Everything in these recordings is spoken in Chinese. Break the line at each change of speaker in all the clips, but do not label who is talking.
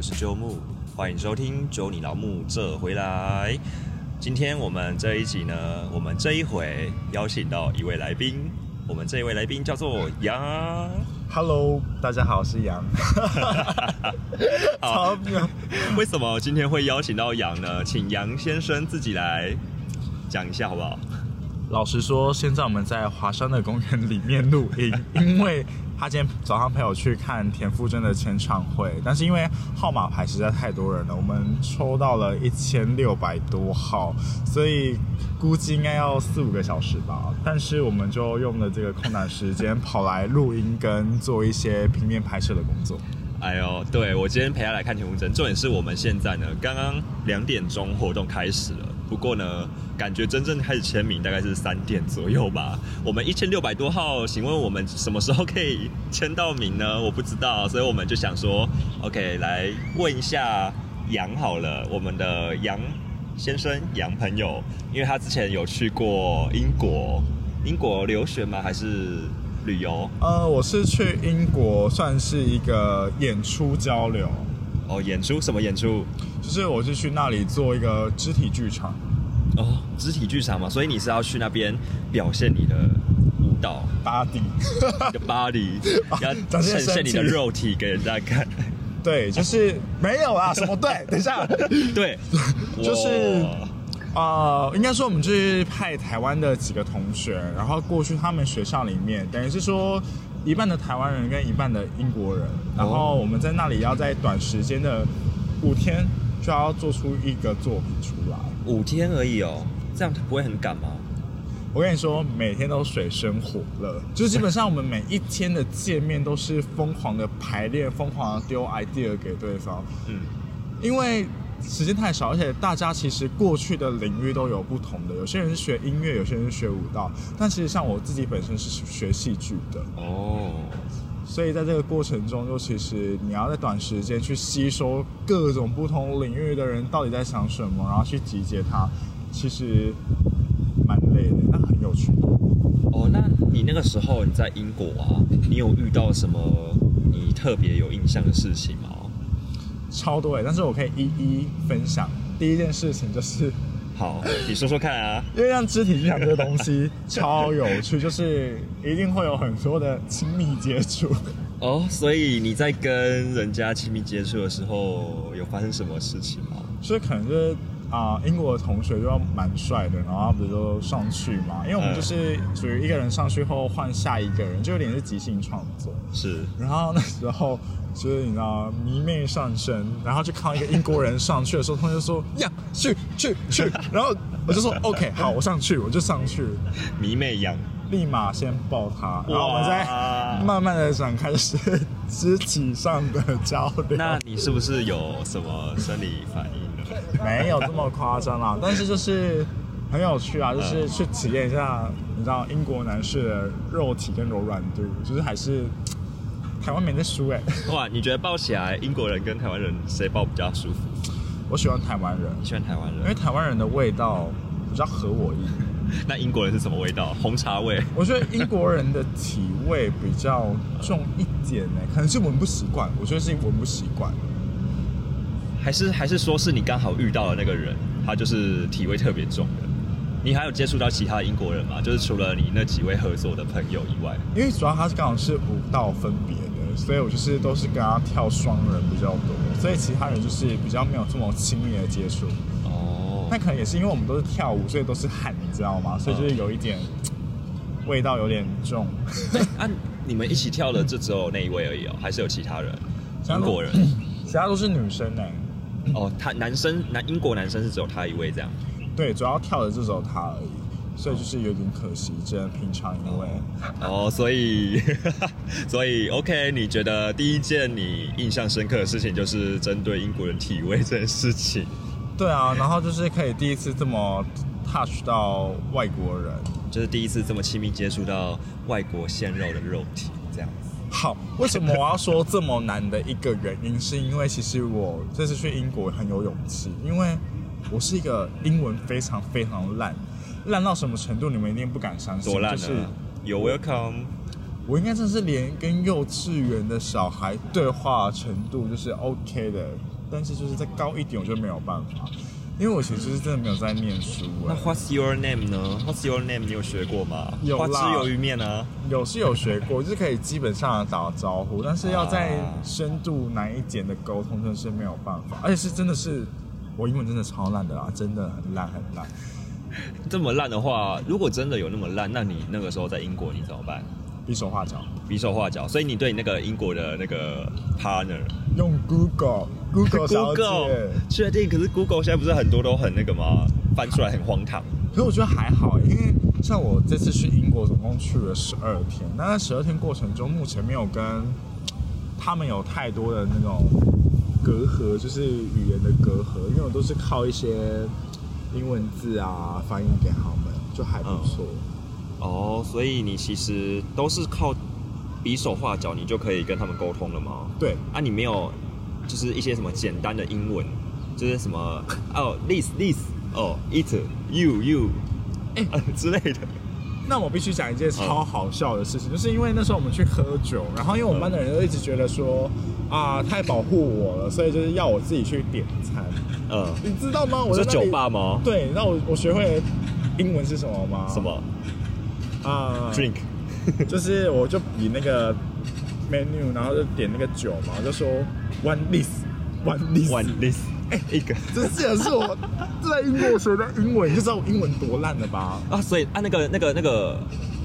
是鸠木，欢迎收听《九你老木这回来》。今天我们这一集呢，我们这一回邀请到一位来宾，我们这一位来宾叫做杨。啊
Hello，大家好，我是杨。
好
超妙，
为什么今天会邀请到杨呢？请杨先生自己来讲一下好不好？
老实说，现在我们在华山的公园里面录 音，因为他今天早上陪我去看田馥甄的签唱会，但是因为号码牌实在太多人了，我们抽到了一千六百多号，所以估计应该要四五个小时吧。但是我们就用了这个空档时间跑来录音跟做一些平面拍摄的工作。
哎呦，对我今天陪他来看田馥甄，重点是我们现在呢，刚刚两点钟活动开始了。不过呢，感觉真正开始签名大概是三点左右吧。我们一千六百多号，请问我们什么时候可以签到名呢？我不知道，所以我们就想说，OK，来问一下杨好了，我们的杨先生、杨朋友，因为他之前有去过英国，英国留学吗？还是旅游？
呃，我是去英国，算是一个演出交流。
哦，演出什么演出？
就是我是去那里做一个肢体剧场，
哦，肢体剧场嘛，所以你是要去那边表现你的舞 蹈、
巴迪。
你的 body，要
啊展
呈
现身
现你的
体
肉体给人家看。
对，就是没有啦，什么对？等一下，
对，
就是
哇
呃，应该说我们就是派台湾的几个同学，然后过去他们学校里面，等于是说一半的台湾人跟一半的英国人，然后我们在那里要在短时间的五天就要做出一个作品出来。
五天而已哦，这样不会很赶吗？
我跟你说，每天都水深火热，就是基本上我们每一天的见面都是疯狂的排练，疯狂的丢 idea 给对方，
嗯，
因为时间太少，而且大家其实过去的领域都有不同的，有些人是学音乐，有些人是学舞蹈，但其实像我自己本身是学戏剧的，
哦，
所以在这个过程中，就其实你要在短时间去吸收各种不同领域的人到底在想什么，然后去集结它，其实蛮累的，但很有趣。
哦，那你那个时候你在英国啊，你有遇到什么你特别有印象的事情吗？
超多哎，但是我可以一一分享。第一件事情就是，
好，你说说看啊。
因为像肢体剧场这个东西超有趣，就是一定会有很多的亲密接触。
哦，所以你在跟人家亲密接触的时候，有发生什么事情吗？
所以可能就是啊、英国的同学就蛮帅的，然后他们就上去嘛，因为我们就是属于一个人上去后换下一个人，就有点是即兴创作。
是
然后那时候就是你知道迷妹上身，然后就看到一个英国人上去的时候，他们就说呀去去去，然后我就说 OK 好，我上去，我就上去，
迷妹羊。
立马先抱他，然后我们
哇
再慢慢的展开是肢体上的交流。
那你是不是有什么生理反应呢？
没有这么夸张啦，但是就是很有趣
嗯
啊，就是去体验一下，你知道英国男士的肉体跟柔软度，就是还是台湾没在输哎、
哇，你觉得抱起来英国人跟台湾人谁抱比较舒服？
我喜欢台湾人，
你喜欢台湾
因为
人？
台湾人的味道比较合我意。
那英国人是什么味道？红茶味。
我觉得英国人的体味比较重一点呢、可能是闻不习惯，我觉得是闻不习惯。
还是还是说是你刚好遇到的那个人，他就是体味特别重的。你还有接触到其他英国人吗？就是除了你那几位合作的朋友以外，
因为主要他是刚好是舞蹈分别的，所以我就是都是跟他跳双人比较多，所以其他人就是比较没有这么亲密的接触。
哦
那可能也是因为我们都是跳舞，所以都是汗，你知道
嗯
吗？所以就是有一点嘖味道有点重。
啊，你们一起跳的就只有那一位而已哦，还是有其他人？
其他
英
都
国人
其他都是女生欸呢、
哦，他男生男英国男生是只有他一位这样。
对，主要跳的就只有她而已，所以就是有点可惜。真的平常因为
哦，所以 所以 OK，你觉得第一件你印象深刻的事情就是针对英国人体味这件事情？
对啊，然后就是可以第一次这么 touch 到外国人。
就是第一次这么亲密接触到外国鲜肉的肉体，这样子。
好，为什么我要说这么难的一个原因，是因为其实我这次去英国很有勇气， 因为我是一个英文非常非常烂，烂到什么程度你们一定不敢相信，
多烂啊
就
呢、
是
y o u r welcome。
我应该真是连跟幼稚园的小孩对话程度就是 OK 的但是就是再高一点我就没有办法，因为我其实就是真的没有在念书、
那
哎
What's your name 呢？What's your name 你有学过吗？
有
花枝
啦
鱿鱼面啊，
有是有学过，就是可以基本上的打招呼，但是要再
啊
深度难一点的沟通，真的是没有办法，而且是真的是我英文真的超烂的啦，真的很烂很烂。
这么烂的话，如果真的有那么烂，那你那个时候在英国你怎么办？
比手画脚，
比手画脚，所以你对你那个英国的那个 partner
用 Google Google 小姐
Google 确定？可是 Google 现在不是很多都很那个吗？翻出来很荒唐。
可是我觉得还好，因为像我这次去英国总共去了十二天，那在十二天过程中，目前没有跟他们有太多的那种隔阂，就是语言的隔阂，因为我都是靠一些英文字啊翻译给他们，就还不错。
哦，所以你其实都是靠比手画脚，你就可以跟他们沟通了吗？
对，
啊，你没有就是一些什么简单的英文，就是什么哦，this this 哦，it you you
哎
啊之类的。
那我必须讲一件超好笑的事情，就是因为那时候我们去喝酒，然后因为我们班的人都一直觉得说啊、太保护我了，所以就是要我自己去点餐，
嗯，
你知道吗？
你
我在
说
那里
酒吧吗？
对，那我我学会英文是什么吗？
什么
啊
drink？
就是我就比那个 menu，然后就点那个酒嘛，我就说 one this one this。
One this，一
哎
个
这竟然是我在英国学的英文，你就知道我英文多烂了吧？
啊，所以啊，那个那个那个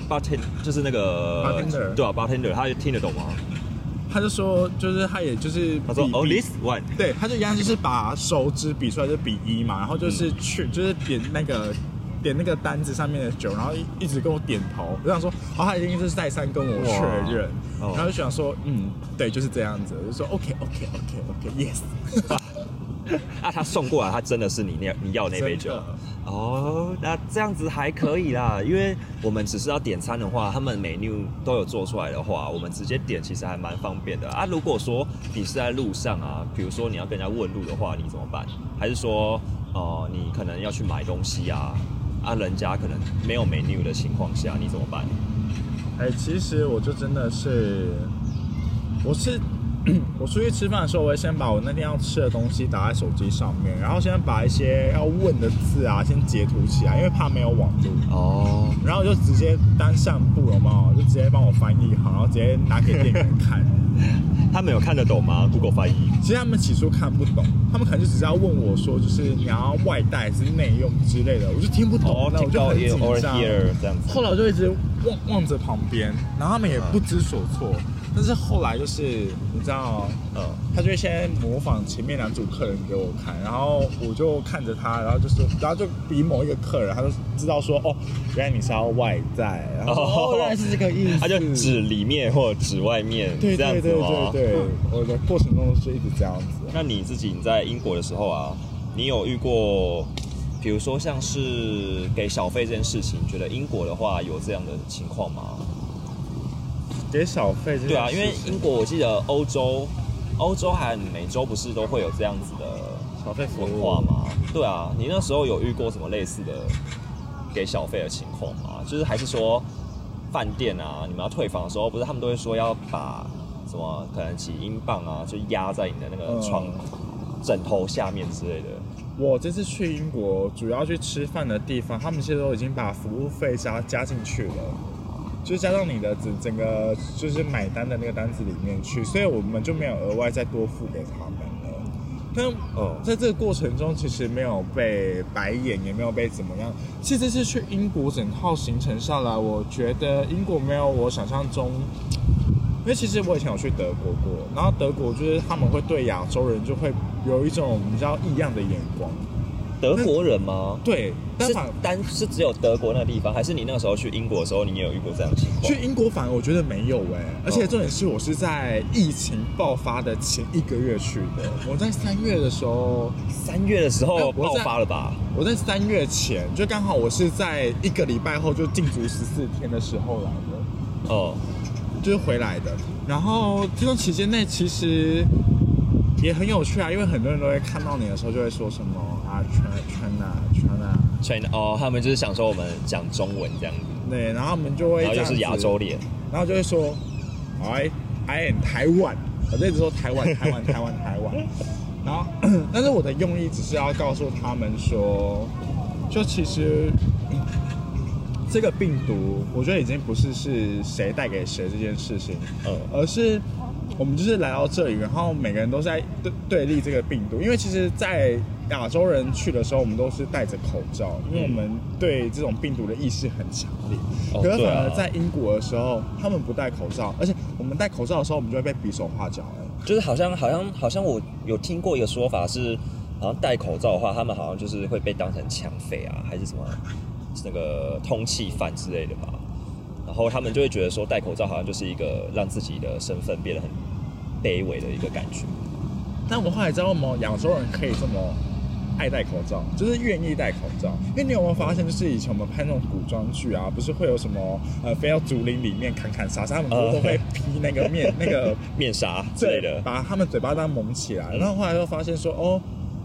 bartender 就是那个
Bartender
对啊，bartender，他听得懂吗？
他就说，就是他也就是
他说
比
哦
比
，this one，
对，他就一样就是把手指比出来就比一嘛，然后就是
嗯
去、就是点那个点那个单子上面的酒，然后一一直跟我点头，我想说，哦，他已经就是再三跟我确认，
哇哦
然后就想说，嗯，对，就是这样子，我就说 OK OK OK OK Yes，
啊，他送过来，他真的是你那你要那杯酒
真的
哦，那这样子还可以啦，因为我们只是要点餐的话，他们 menu 都有做出来的话，我们直接点其实还蛮方便的啊。如果说你是在路上啊，比如说你要跟人家问路的话，你怎么办？还是说，哦、你可能要去买东西啊，啊，人家可能没有 menu 的情况下，你怎么办？
哎、其实我就真的是，我是 我出去吃饭的时候，我会先把我那天要吃的东西打在手机上面，然后先把一些要问的字啊先截图起来，因为怕没有网络。
哦，
然后我就直接单向步了嘛，就直接帮我翻译好，然后直接拿给店员 看。
他们有看得懂吗？Google 翻译？
其实他们起初看不懂，他们可能就只是要问我说，就是你要外带还是内用之类的，我就听不懂，哦那、我
听
就
到
很
here
紧
or
张。
here 这样子。
后来我就一直望望着旁边，然后他们也不知所措。但是后来就是你知道，
嗯
他就会先模仿前面两组客人给我看，然后我就看着他，然后就说，然后就比某一个客人，他就知道说，哦，原来你是要外带，然后、
哦
哦、 原来是这个意思，
他就指里面或者指外面，
对
这样
对
子
对
吗
对？对，哦我的过程中是一直这样子。
那你自己你在英国的时候啊，你有遇过，比如说像是给小费这件事情，你觉得英国的话有这样的情况吗？
给小费这件事情，
对啊，因为英国我记得欧洲，欧洲还每周不是都会有这样子的
小费服
文
务
化吗？对啊，你那时候有遇过什么类似的给小费的情况吗？就是还是说饭店啊，你们要退房的时候，不是他们都会说要把什么可能几英镑啊，就压在你的那个
嗯
床、枕头下面之类的。
我这次去英国主要去吃饭的地方，他们现在都已经把服务费加加进去了，就是加到你的整整个就是买单的那个单子里面去，所以我们就没有额外再多付给他们了。但
嗯
在这个过程中，其实没有被白眼，也没有被怎么样。其实这次去英国整套行程下来，我觉得英国没有我想象中因为其实我以前有去德国过，然后德国就是他们会对亚洲人就会有一种比较异样的眼光，
德国人吗？
对，但
是
反
单是只有德国那个地方，还是你那个时候去英国的时候，你也有遇过这样的情况
去？英国反而我觉得没有哎、而且重点是我是在疫情爆发的前一个月去的，我在三月的时候，
三月的时候
哎我
爆
在
发了吧？
我在三月前就刚好我是在一个礼拜后就禁足十四天的时候来的，
哦、
就是回来的。然后这段期间内其实也很有趣啊，因为很多人都会看到你的时候就会说什么啊穿穿啊穿啊，
China 哦，他们就是想说我们讲中文这样子，
对，然后我们就会
然后
这
又
样
是
子
亚洲，脸，
然后就会说哎 I I am 台湾，我就一直说台湾台湾台湾台湾。然后， 但是我的用意只是要告诉他们说，就其实嗯这个病毒，我觉得已经不是是谁带给谁这件事情，
嗯
而是我们就是来到这里，然后每个人都在对对立这个病毒，因为其实，在亚洲人去的时候，我们都是戴着口罩，因为我们对这种病毒的意识很强烈。
哦
可是
对
反
啊
而在英国的时候，他们不戴口罩，而且我们戴口罩的时候，我们就会被比手画脚、哎。
就是好像好像好像我有听过一个说法是，好像戴口罩的话，他们好像就是会被当成抢匪啊，还是什么那个通缉犯之类的吧。然后他们就会觉得说，戴口罩好像就是一个让自己的身份变得很卑微的一个感觉。
但我后来知道，我们亚洲人可以这么爱戴口罩，就是愿意戴口罩。因为你有没有发现，就是以前我们拍那种古装剧啊，不是会有什么呃，非要竹林里面砍砍杀杀，他们不是都
呃
会披那个 面那个
面纱之类
对
的，
把他们嘴巴当蒙起来。
嗯
然后后来又发现说，哦，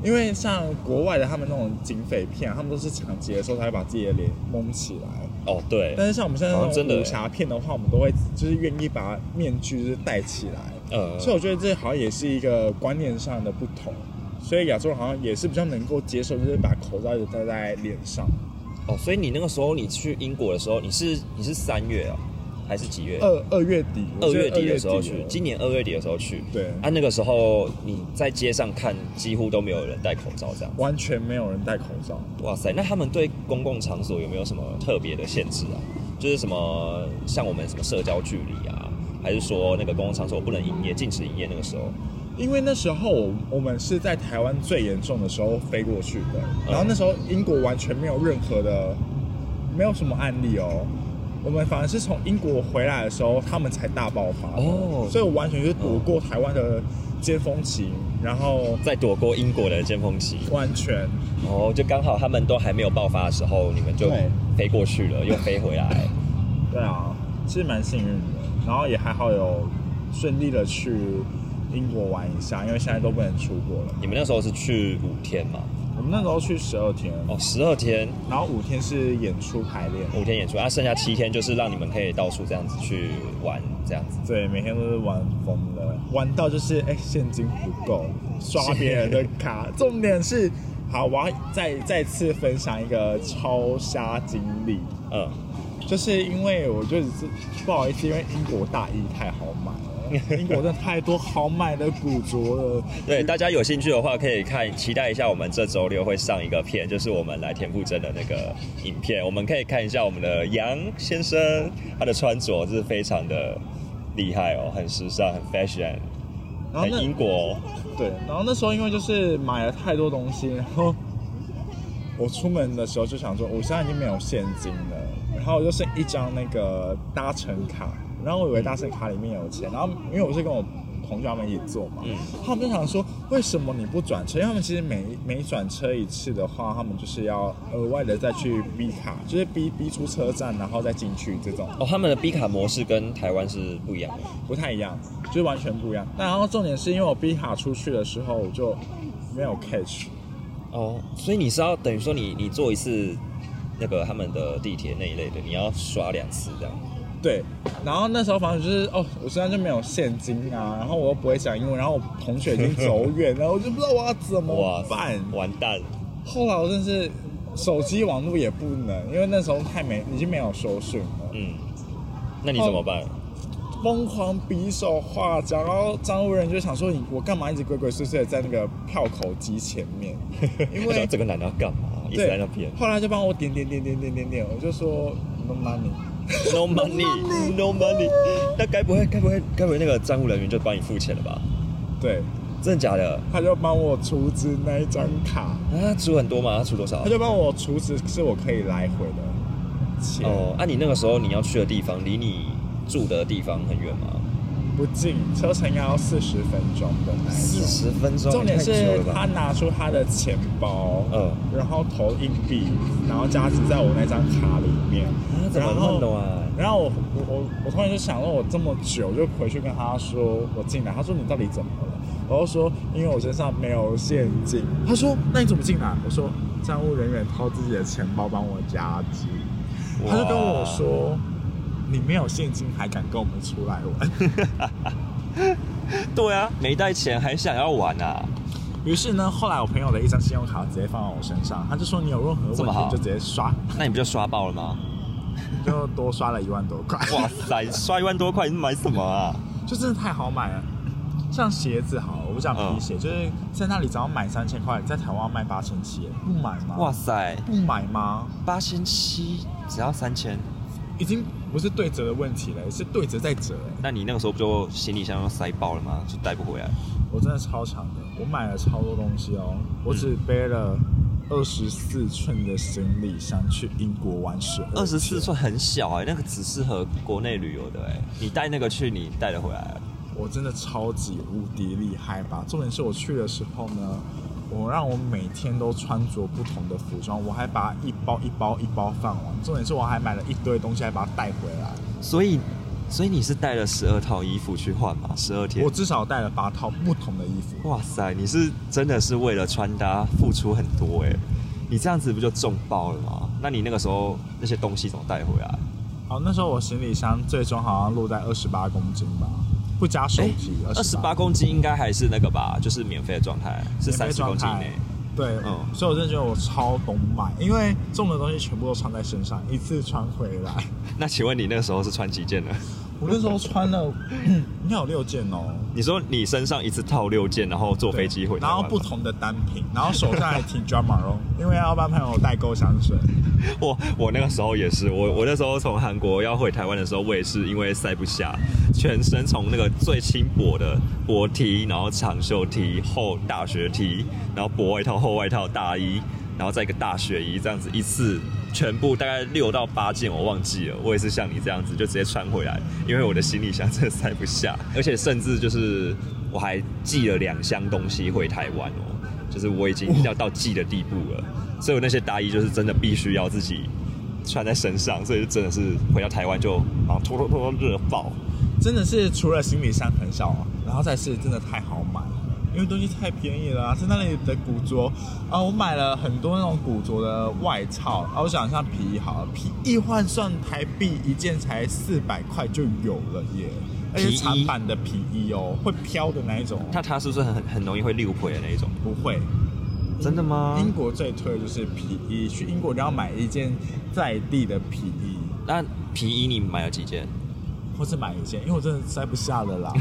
因为像国外的他们那种警匪片啊，他们都是抢劫的时候才会把自己的脸蒙起来。
哦，对，
但是像我们现在
好像
那
真的
种武
欸
侠片的话，我们都会就是愿意把面具就是戴起来。
呃，
所以我觉得这好像也是一个观念上的不同，所以亚洲人好像也是比较能够接受，就是把口罩一直戴在脸上。
哦，所以你那个时候你去英国的时候，你是你是三月啊，还是几月？
二二月底，
二
我记得
月底的时候
二
去
月，底
今年二月底的时候去。
对
啊，那个时候你在街上看，几乎都没有人戴口罩，这样。
完全没有人戴口罩。
哇塞，那他们对公共场所有没有什么特别的限制啊？就是什么像我们什么社交距离啊，还是说那个公共场所不能营业，禁止营业？那个时候，
因为那时候我我们是在台湾最严重的时候飞过去的，
嗯
然后那时候英国完全没有任何的，没有什么案例哦。我们反而是从英国回来的时候，他们才大爆发的
哦
所以我完全就是躲过台湾的尖峰期，然后
在躲过英国的尖峰期，
完全
哦，就刚好他们都还没有爆发的时候，你们就
对
飞过去了，又飞回来。
对啊，其实蛮幸运的，然后也还好有顺利的去英国玩一下，因为现在都不能出国了。
你们那时候是去五天嘛？
我们那时候去十二天，
哦，十二天，
然后五天是演出排练，
五天演出，啊，剩下七天就是让你们可以到处这样子去玩，这样子。
对，每天都是玩疯了，玩到就是哎、现金不够，刷别人的卡。重点是，好，我要再再次分享一个超瞎经历，
嗯，
就是因为我就是不好意思，因为英国大衣太好买了，英国真的太多好买的古着了。
对，大家有兴趣的话可以看，期待一下我们这周六会上一个片，就是我们来田馥甄的那个影片，我们可以看一下我们的杨先生他的穿着是非常的厉害哦，很时尚，很 fashion，
然后
很
那
英国、哦。
对，然后那时候因为就是买了太多东西，然后 我出门的时候就想说，我现在已经没有现金了，然后我就剩一张那个搭乘卡，然后我以为搭乘卡里面有钱，然后因为我是跟我同学他们一起坐嘛，
嗯
他们就想说为什么你不转车？因为他们其实每每转车一次的话，他们就是要额外的再去逼卡，就是逼逼出车站然后再进去这种。
哦，他们的 B 卡模式跟台湾是不一样的。
不太一样，就是完全不一样。但然后重点是因为我逼卡出去的时候，我就没有 catch，
哦，所以你是要等于说你你坐一次那个他们的地铁那一类的，你要刷两次这样。
对。然后那时候反正就是哦，我身上就没有现金啊，然后我又不会讲英文，然后我同学已经走远了，我就不知道我要怎么办。
完蛋！
后来我真是手机网络也不能，因为那时候太没已经没有收讯了，
嗯，那你怎么办？
疯狂比手画脚。然后张务人就想说你我干嘛一直鬼鬼祟祟地在那个票口机前 面， 因
不知道
为
这个男的要干嘛？一直
对，
在那边
后来就帮我点点点点点点点，我就说嗯 no money。
，no money，no money。那该不会该不会该不会那个站务人员就帮你付钱了吧？
对，
真的假的？
他就帮我储值那一张卡，
啊，他出很多吗？他出多少
他？就帮我储值是我可以来回的钱，
哦，啊，你那个时候你要去的地方离你住的地方很远吗？
不近，车程要四十分钟的那一
四
种。
十分钟，
重
也
点
太久
是
了吧
他拿出他的钱包，
嗯
然后投硬币，然后加值在我那张卡里面
啊，怎么
然
弄
后
的啊
然后我我我我突然就想到，我这么久就回去跟他说我进来，他说你到底怎么了？我就说因为我身上没有现金。他说那你怎么进来？我说站务人员掏自己的钱包帮我加值，他就跟我说你没有现金还敢跟我们出来玩？
对啊，没带钱还想要玩啊？
于是呢，后来我朋友的一张信用卡直接放到我身上，他就说你有任何
这么
问
好
题就直接刷，
那你不就刷爆了吗？
就多刷了一万多块。
哇塞，刷一万多块，你买什么啊？
就真的太好买了。像鞋子好了，我不讲皮
嗯
鞋，就是在那里只要买三千块，在台湾卖八千七，不买吗？
哇，塞，
不买吗？
八千七只要三千，
已经不是对折的问题了，是对折再折哎！
那你那个时候不就行李箱要塞爆了吗？就带不回来。
我真的超强的，我买了超多东西哦，我只
嗯
背了二十四寸的行李箱去英国玩十
二十
啊
四，寸很小哎、那个只适合国内旅游的哎、你带那个去，你带得回来啊？
我真的超级无敌厉害吧！重点是我去的时候呢，我让我每天都穿着不同的服装，我还把一包一包一包放完。重点是我还买了一堆东西，还把它带回来。
所以，所以你是带了十二套衣服去换嘛？十二天
我。至少带了八套不同的衣服。
哇塞，你是真的是为了穿搭付出很多哎、你这样子不就中爆了吗？那你那个时候那些东西怎么带回来？
好，那时候我行李箱最终好像落在二十八公斤吧，不加手提，
二十八公斤应该还是那个吧，就是免费的状态，是
免
三
费
十公
状
斤
态
内。
对，
嗯
所以我真的觉得我超懂买，因为重的东西全部都穿在身上，一次穿回来。
那请问你那个时候是穿几件呢？
我那时候穿了， 应该有六件哦。
你说你身上一次套六件，然后坐
对
飞机回台
然
湾
后
吗
不同的单品，然后手上还提 Drum m a r o 因为要帮朋友代购香水。
我我那个时候也是，我我那时候从韩国要回台湾的时候，我也是因为塞不下，全身从那个最轻薄的薄 T，然后长袖 T、厚大学 T，然后薄外套、厚外套、大衣，然后再一个大雪衣，这样子一次全部大概六到八件，我忘记了。我也是像你这样子就直接穿回来，因为我的行李箱真的塞不下，而且甚至就是我还寄了两箱东西回台湾哦，就是我已经要到寄的地步了。所以我那些大衣就是真的必须要自己穿在身上，所以就真的是回到台湾就马上脱脱脱脱热爆。
真的是除了行李箱很小，然后再是真的太好买了，因为东西太便宜了、啊。在那里的古着啊，我买了很多那种古着的外套啊。我想像皮衣好了，皮衣换算台币一件才四百块就有了耶，而且
皮衣
长版的皮衣哦，会飘的那一种哦，
那它是不是很很容易会溜回的那一种？
不会。
真的吗
英国最推的就是皮衣，去英国你要买一件在地的皮衣，
那皮衣你买了几件？
或是买一件，因为我真的塞不下了啦。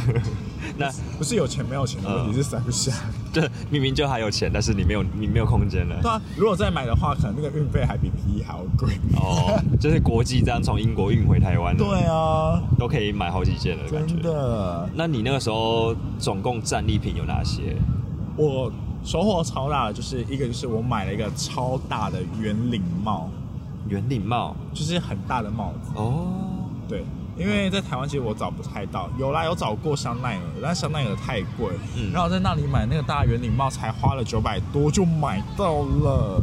那
不是有钱没有钱的问题，
嗯
是塞不下。
这明明就还有钱，但是你没有你没有空间了。
对啊，如果再买的话，可能那个运费还比皮衣还要贵。
哦，就是国际这样从英国运回台湾，
对，啊，
都可以买好几件了，感觉
真。的，
那你那个时候总共战利品有哪些？
我收获超大的，就是一个就是我买了一个超大的圆领帽，
圆领帽
就是很大的帽子。
哦，
对，因为在台湾其实我找不太到，有啦有找过香奈儿，但香奈儿太贵，
嗯
然后在那里买那个大圆领帽才花了九百多就买到了。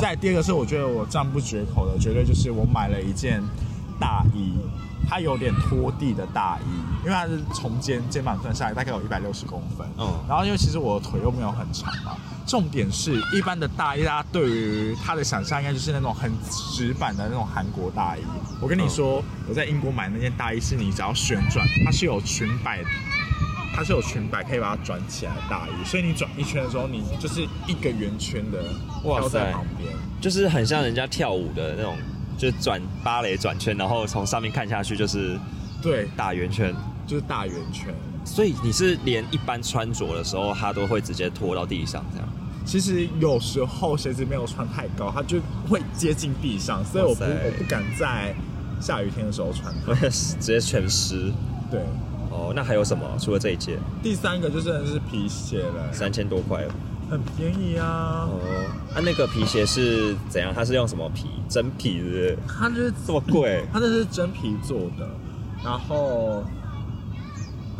再第二个是我觉得我赞不绝口的，绝对就是我买了一件大衣，它有点拖地的大衣，因为它是从肩肩膀算下来大概有一百六十公分，
嗯，
然后因为其实我的腿又没有很长嘛，重点是一般的大衣，大家对于它的想象应该就是那种很直板的那种韩国大衣。我跟你
嗯
说，我在英国买那件大衣是你只要旋转，它是有裙摆，它是有裙摆可以把它转起来的大衣，所以你转一圈的时候，你就是一个圆圈的
哇塞
飘在旁边。
就是很像人家跳舞的那种，就是转芭蕾转圈，然后从上面看下去就是
对，
大圆圈。
就是大圆圈。
所以你是连一般穿着的时候，它都会直接拖到地上这样。
其实有时候鞋子没有穿太高，它就会接近地上，所以我不
哇塞
我不敢在下雨天的时候穿它。
我也是直接全湿。
对。
哦，那还有什么？除了这一件
第三个就真的是皮鞋了，
三千多块
很便宜啊
哦，，那、那个皮鞋是怎样？它是用什么皮？真皮是不是？
它就是
这么贵？
它这是真皮做的，然后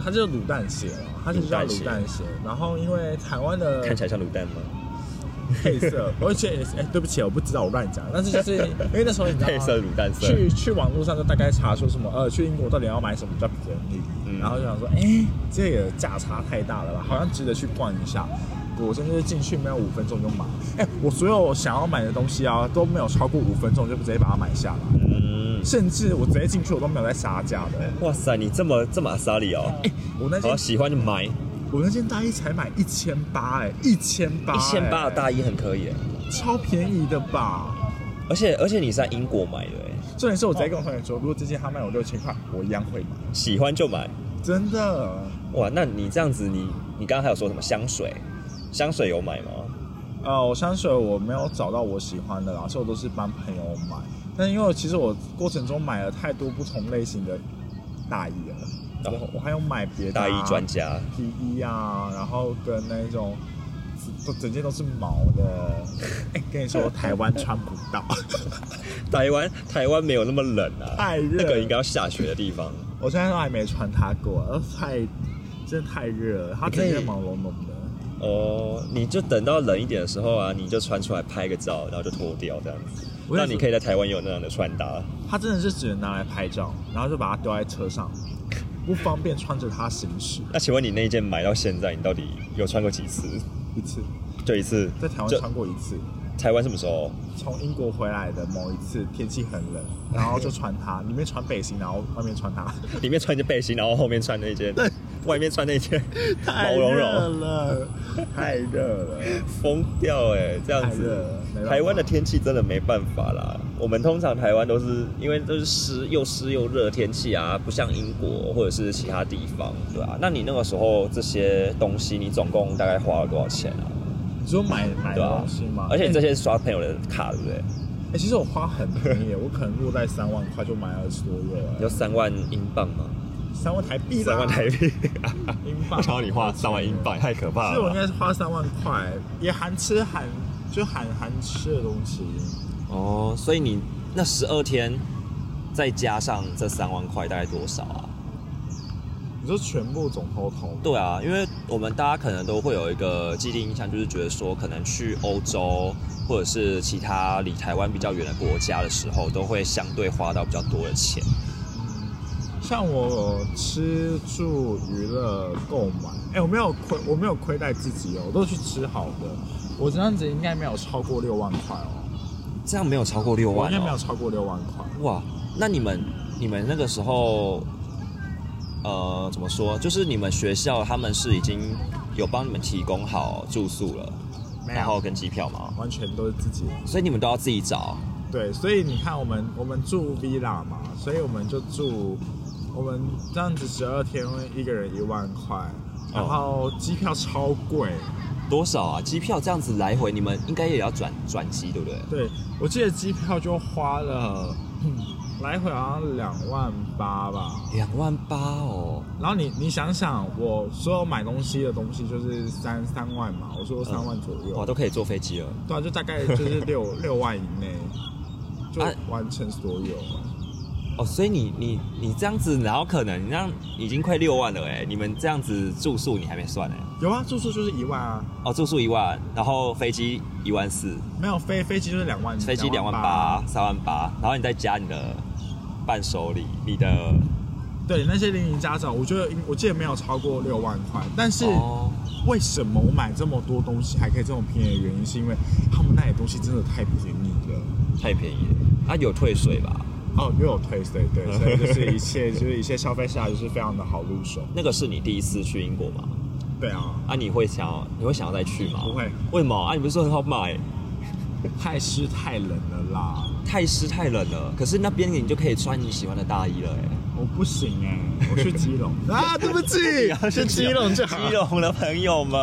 它就是卤蛋鞋了，它就是叫卤蛋鞋。然后因为台湾的
看起来像卤蛋吗？
配 色，而且哎、对不起，我不知道我乱讲，但是就是因为那时候你知道吗
配色卤蛋色。
去去网络上就大概查说什么，呃，去英国到底要买什么比较便宜，
嗯
然后就想说，哎、这个价差太大了吧，好像值得去逛一下。我真的是进去没有五分钟就买，哎、我所有想要买的东西啊都没有超过五分钟就直接把它买下来，
嗯，
甚至我直接进去我都没有在杀价的、
哇塞，你这么这么阿莎利哦！
我那
好
件
喜欢就买。
我那件大衣才买一千八，哎，一千八，
一千八的大
衣，
衣很可以欸，
超便宜的吧？
而且而且你是在英国买的欸，
重点是我直接跟我同学说，如果这件他卖我六千块，我一样会买，
喜欢就买。
真的。
哇，那你这样子你，你刚刚还有说什么香水？香水有买吗？
呃，我香水我没有找到我喜欢的啦，所以我都是帮朋友买。但因为其实我过程中买了太多不同类型的大衣了，然后我还有买别的、
大
啊、
衣专家，
皮衣啊，然后跟那一种都整件都是毛的。哎、跟你说，台湾穿不 到，
台湾台湾没有那么冷啊，
太
那个
热。
应该要下雪的地方。
我现在都还没穿它过，呃太真的太热了，它
你可
整
以
件毛茸茸的。
哦，你就等到冷一点的时候啊，你就穿出来拍个照，然后就脱掉这样子。
我
那
跟
你
说
可以在台湾也有那样的穿搭，
它真的是只能拿来拍照，然后就把它丢在车上，不方便穿着它行驶。
那请问你那一件买到现在，你到底有穿过几次？
一次
就一次，
在台湾
就
穿过一次，
台湾什么时候？
从英国回来的某一次天气很冷，然后就穿它，里面穿背心，然后外面穿它，
里面穿一件背心，然后后面穿那件，
对，
外面穿那件毛
太
茸
热
茸，
了， 太热了，
疯掉哎、这样
太热
子。
了。没办法
台湾的天气真的没办法啦，我们通常台湾都是因为都是湿又湿又热的天气啊，不像英国或者是其他地方，对啊。那你那个时候这些东西，你总共大概花了多少钱啊？
你说买买
对啊
东西吗？
而且你这
哎
些是刷朋友的卡，对不对？
哎其实我花很便宜，我可能落在三万块就买了二十多页
有
了，
三万英镑吗？
三万台币啦，
三万台币，
英
我
镑。
想到你花三万英镑，太可怕
所以我
了
应
吧。
该是花三万块，也含吃含就含含吃的东西。
哦，所以你那十二天再加上这三万块，大概多少啊？
你说全部总偷偷，
对啊，因为我们大家可能都会有一个既定印象，就是觉得说，可能去欧洲或者是其他离台湾比较远的国家的时候，都会相对花到比较多的钱。
像我吃住娱乐购买，哎、我没有亏，我没有亏待自己哦，我都去吃好的。我这样子应该没有超过六万块哦，
这样没有超过六
我
万、
应该没有
哦，
超过六万块。
哇！那你们你们那个时候，呃，怎么说？就是你们学校他们是已经有帮你们提供好住宿了，
没有
然后跟机票吗？
完全都是自己。
所以你们都要自己找。
对，所以你看我们我们住 villa 嘛，所以我们就住我们这样子十二天，一个人一万块，然后机票超贵。
多少啊？机票这样子来回，你们应该也要转转机，对不对？
对，我记得机票就花了，嗯来回好像两万八吧。
两万八哦，
然后你你想想，我所有买东西的东西就是三三万嘛，我说三万左右，
嗯哇，都可以坐飞机了。
对啊，就大概就是 六六万以内就
啊
完成所有。
哦，所以你你你这样子，然后可能你这样已经快六万了哎，你们这样子住宿你还没算哎，
有啊，住宿就是一万啊，
哦，住宿一万，然后飞机一万四，
没有飞飞机就是两万，
飞机两万
八。
八，三万八，然后你再加你的伴手礼，你的
对，那些零零家长，我觉得应我记得没有超过六万块，但是。
哦
为什么我买这么多东西还可以这么便宜的原因，是因为他们那里东西真的太便宜了。
太便宜了，啊有退税吧？
哦，又有退税，对，所以就是一切就是一切消费下来就是非常的好入手。
那个是你第一次去英国吗？
对啊，
啊，你会想要你会想要再去吗？
不会，
为什么啊？你不是说很好买？
太湿太冷了啦，
太湿太冷了，可是那边你就可以穿你喜欢的大衣了哎。
我不行哎、 我去基隆啊，对不 起，去基隆就好。
基隆的朋友 们，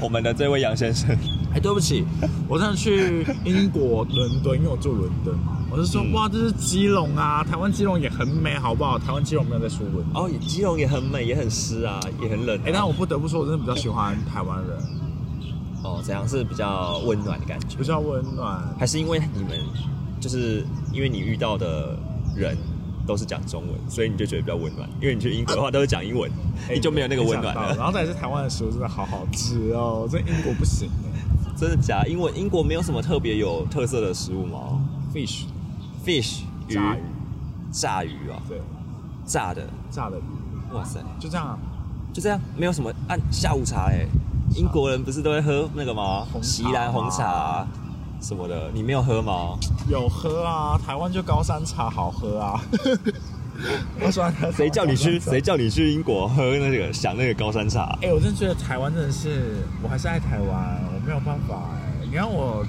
我们的这位杨先生，
哎，对不起， 我上次去英国伦敦，因为我住伦敦嘛，我就说、
嗯
哇，这是基隆啊，台湾基隆也很美，好不好？台湾基隆没有在说伦敦。
哦，基隆也很美，也很湿啊，也很冷、啊。
哎，但我不得不说，我真的比较喜欢台湾人，
哦，怎样是比较温暖的感觉
比？较温暖。
还是因为你们就是因为你遇到的人都是讲中文，所以你就觉得比较温暖？因为你去英国的话都是讲英文， 你哎就没有啊那个温暖
哎没想到
了。
然后再来是台湾的食物真的好好吃哦，这英国不行哎。
真的假的？英文英国没有什么特别有特色的食物吗
Fish
？Fish 鱼
炸鱼，
炸鱼啊，
对，
炸的，
炸的鱼，
哇塞！
就这样啊。
就这样，没有什么按下午茶哎、英国人不是都会喝那个吗
红？茶
席兰红茶、啊什么的，你没有喝吗？
有喝啊，台湾就高山茶好喝啊。 我喜欢喝台湾
谁叫你去？
高山茶
谁？叫你去英国喝那个想那个高山茶？
哎、我真的觉得台湾真的是，我还是爱台湾，我没有办法哎、你让我，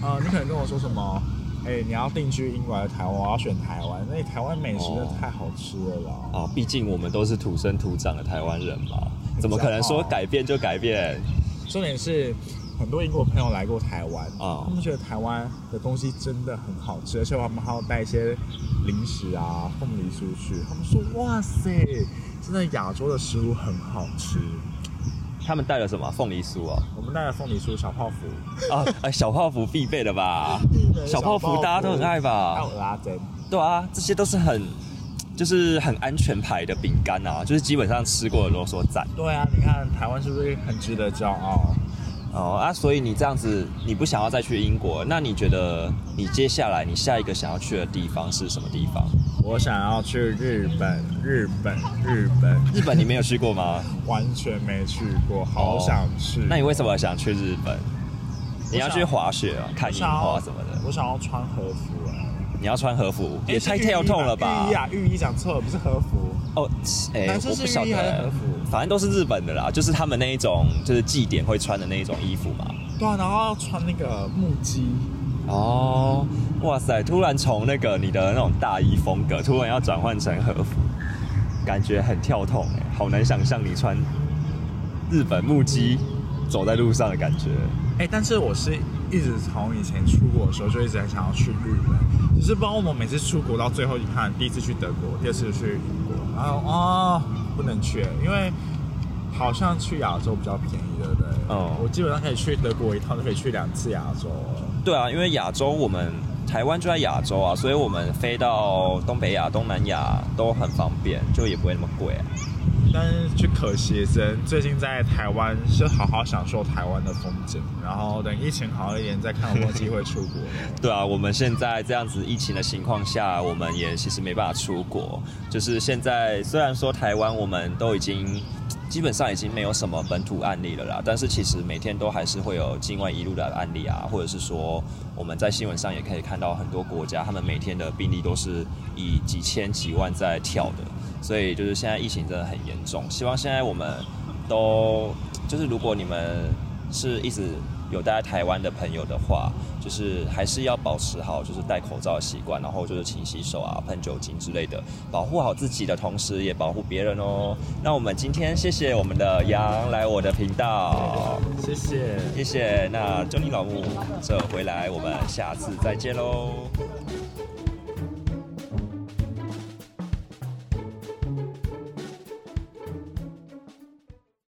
呃，你可能跟我说什么？哎、你要定居英国还是台湾？我要选台湾，那台湾美食真
哦
的太好吃了啦。
啊，毕竟我们都是土生土长的台湾人嘛，怎么可能说改变就改变？
重点是，很多英国朋友来过台湾
啊
他们觉得台湾的东西真的很好吃，而且他们还要带一些零食啊、凤梨酥去。他们说：“哇塞，真的亚洲的食物很好吃。
他们带了什么凤梨酥 哦？”
我们带了凤梨酥、小泡芙、
啊，哎，小泡芙必备的吧？小泡
泡
芙大家都很爱
还
吧
有？拉珍。
对啊，这些都是很就是很安全牌的饼干啊，就是基本上吃过的都说赞
对啊，你看台湾是不是很值得骄傲？
哦啊。所以你这样子，你不想要再去英国，那你觉得你接下来你下一个想要去的地方是什么地方？
我想要去日本，日本，日本，
日本你没有去过吗？
完全没去过，好想去。
那你为什么想去日本？你要去滑雪啊，看
我
樱
想要
花什么的，
我想要穿和服哎、
你要穿和服，也太
是浴衣
跳痛了吧
浴衣？啊，浴衣讲错了，不是和服。
哦，哎、
男
我
生
不
是
晓
浴衣还是
得
和服，
反正都是日本的啦，就是他们那一种就是祭典会穿的那一种衣服嘛。
对啊，然后要穿那个木屐，
哦，哇塞！突然从那个你的那种大衣风格，突然要转换成和服，感觉很跳痛哎、好难想象你穿日本木屐走在路上的感觉。
哎、但是我是一直从以前出国的时候就一直很想要去日本，只是包括我们每次出国到最后，你看第一次去德国，第二次去英国，然后哦不能去，因为好像去亚洲比较便宜，对不对？
哦
我基本上可以去德国一趟就可以去两次亚洲了。
对啊，因为亚洲我们台湾就在亚洲啊，所以我们飞到东北亚、东南亚都很方便，就也不会那么贵、啊。
但是去可惜的是，最近在台湾是好好享受台湾的风景，然后等疫情好一点再看有没有机会出国。
对啊，我们现在这样子疫情的情况下，我们也其实没办法出国。就是现在虽然说台湾我们都已经基本上已经没有什么本土案例了啦，但是其实每天都还是会有境外一路的案例啊，或者是说我们在新闻上也可以看到很多国家他们每天的病例都是以几千几万在跳的，所以就是现在疫情真的很严重。希望现在我们都就是如果你们是一直有待在台湾的朋友的话，就是还是要保持好就是戴口罩的习惯，然后就是勤洗手啊、喷酒精之类的，保护好自己的同时也保护别人哦。那我们今天谢谢我们的杨来我的频道，
谢谢。
谢谢。那就你老木这回来，我们下次再见喽。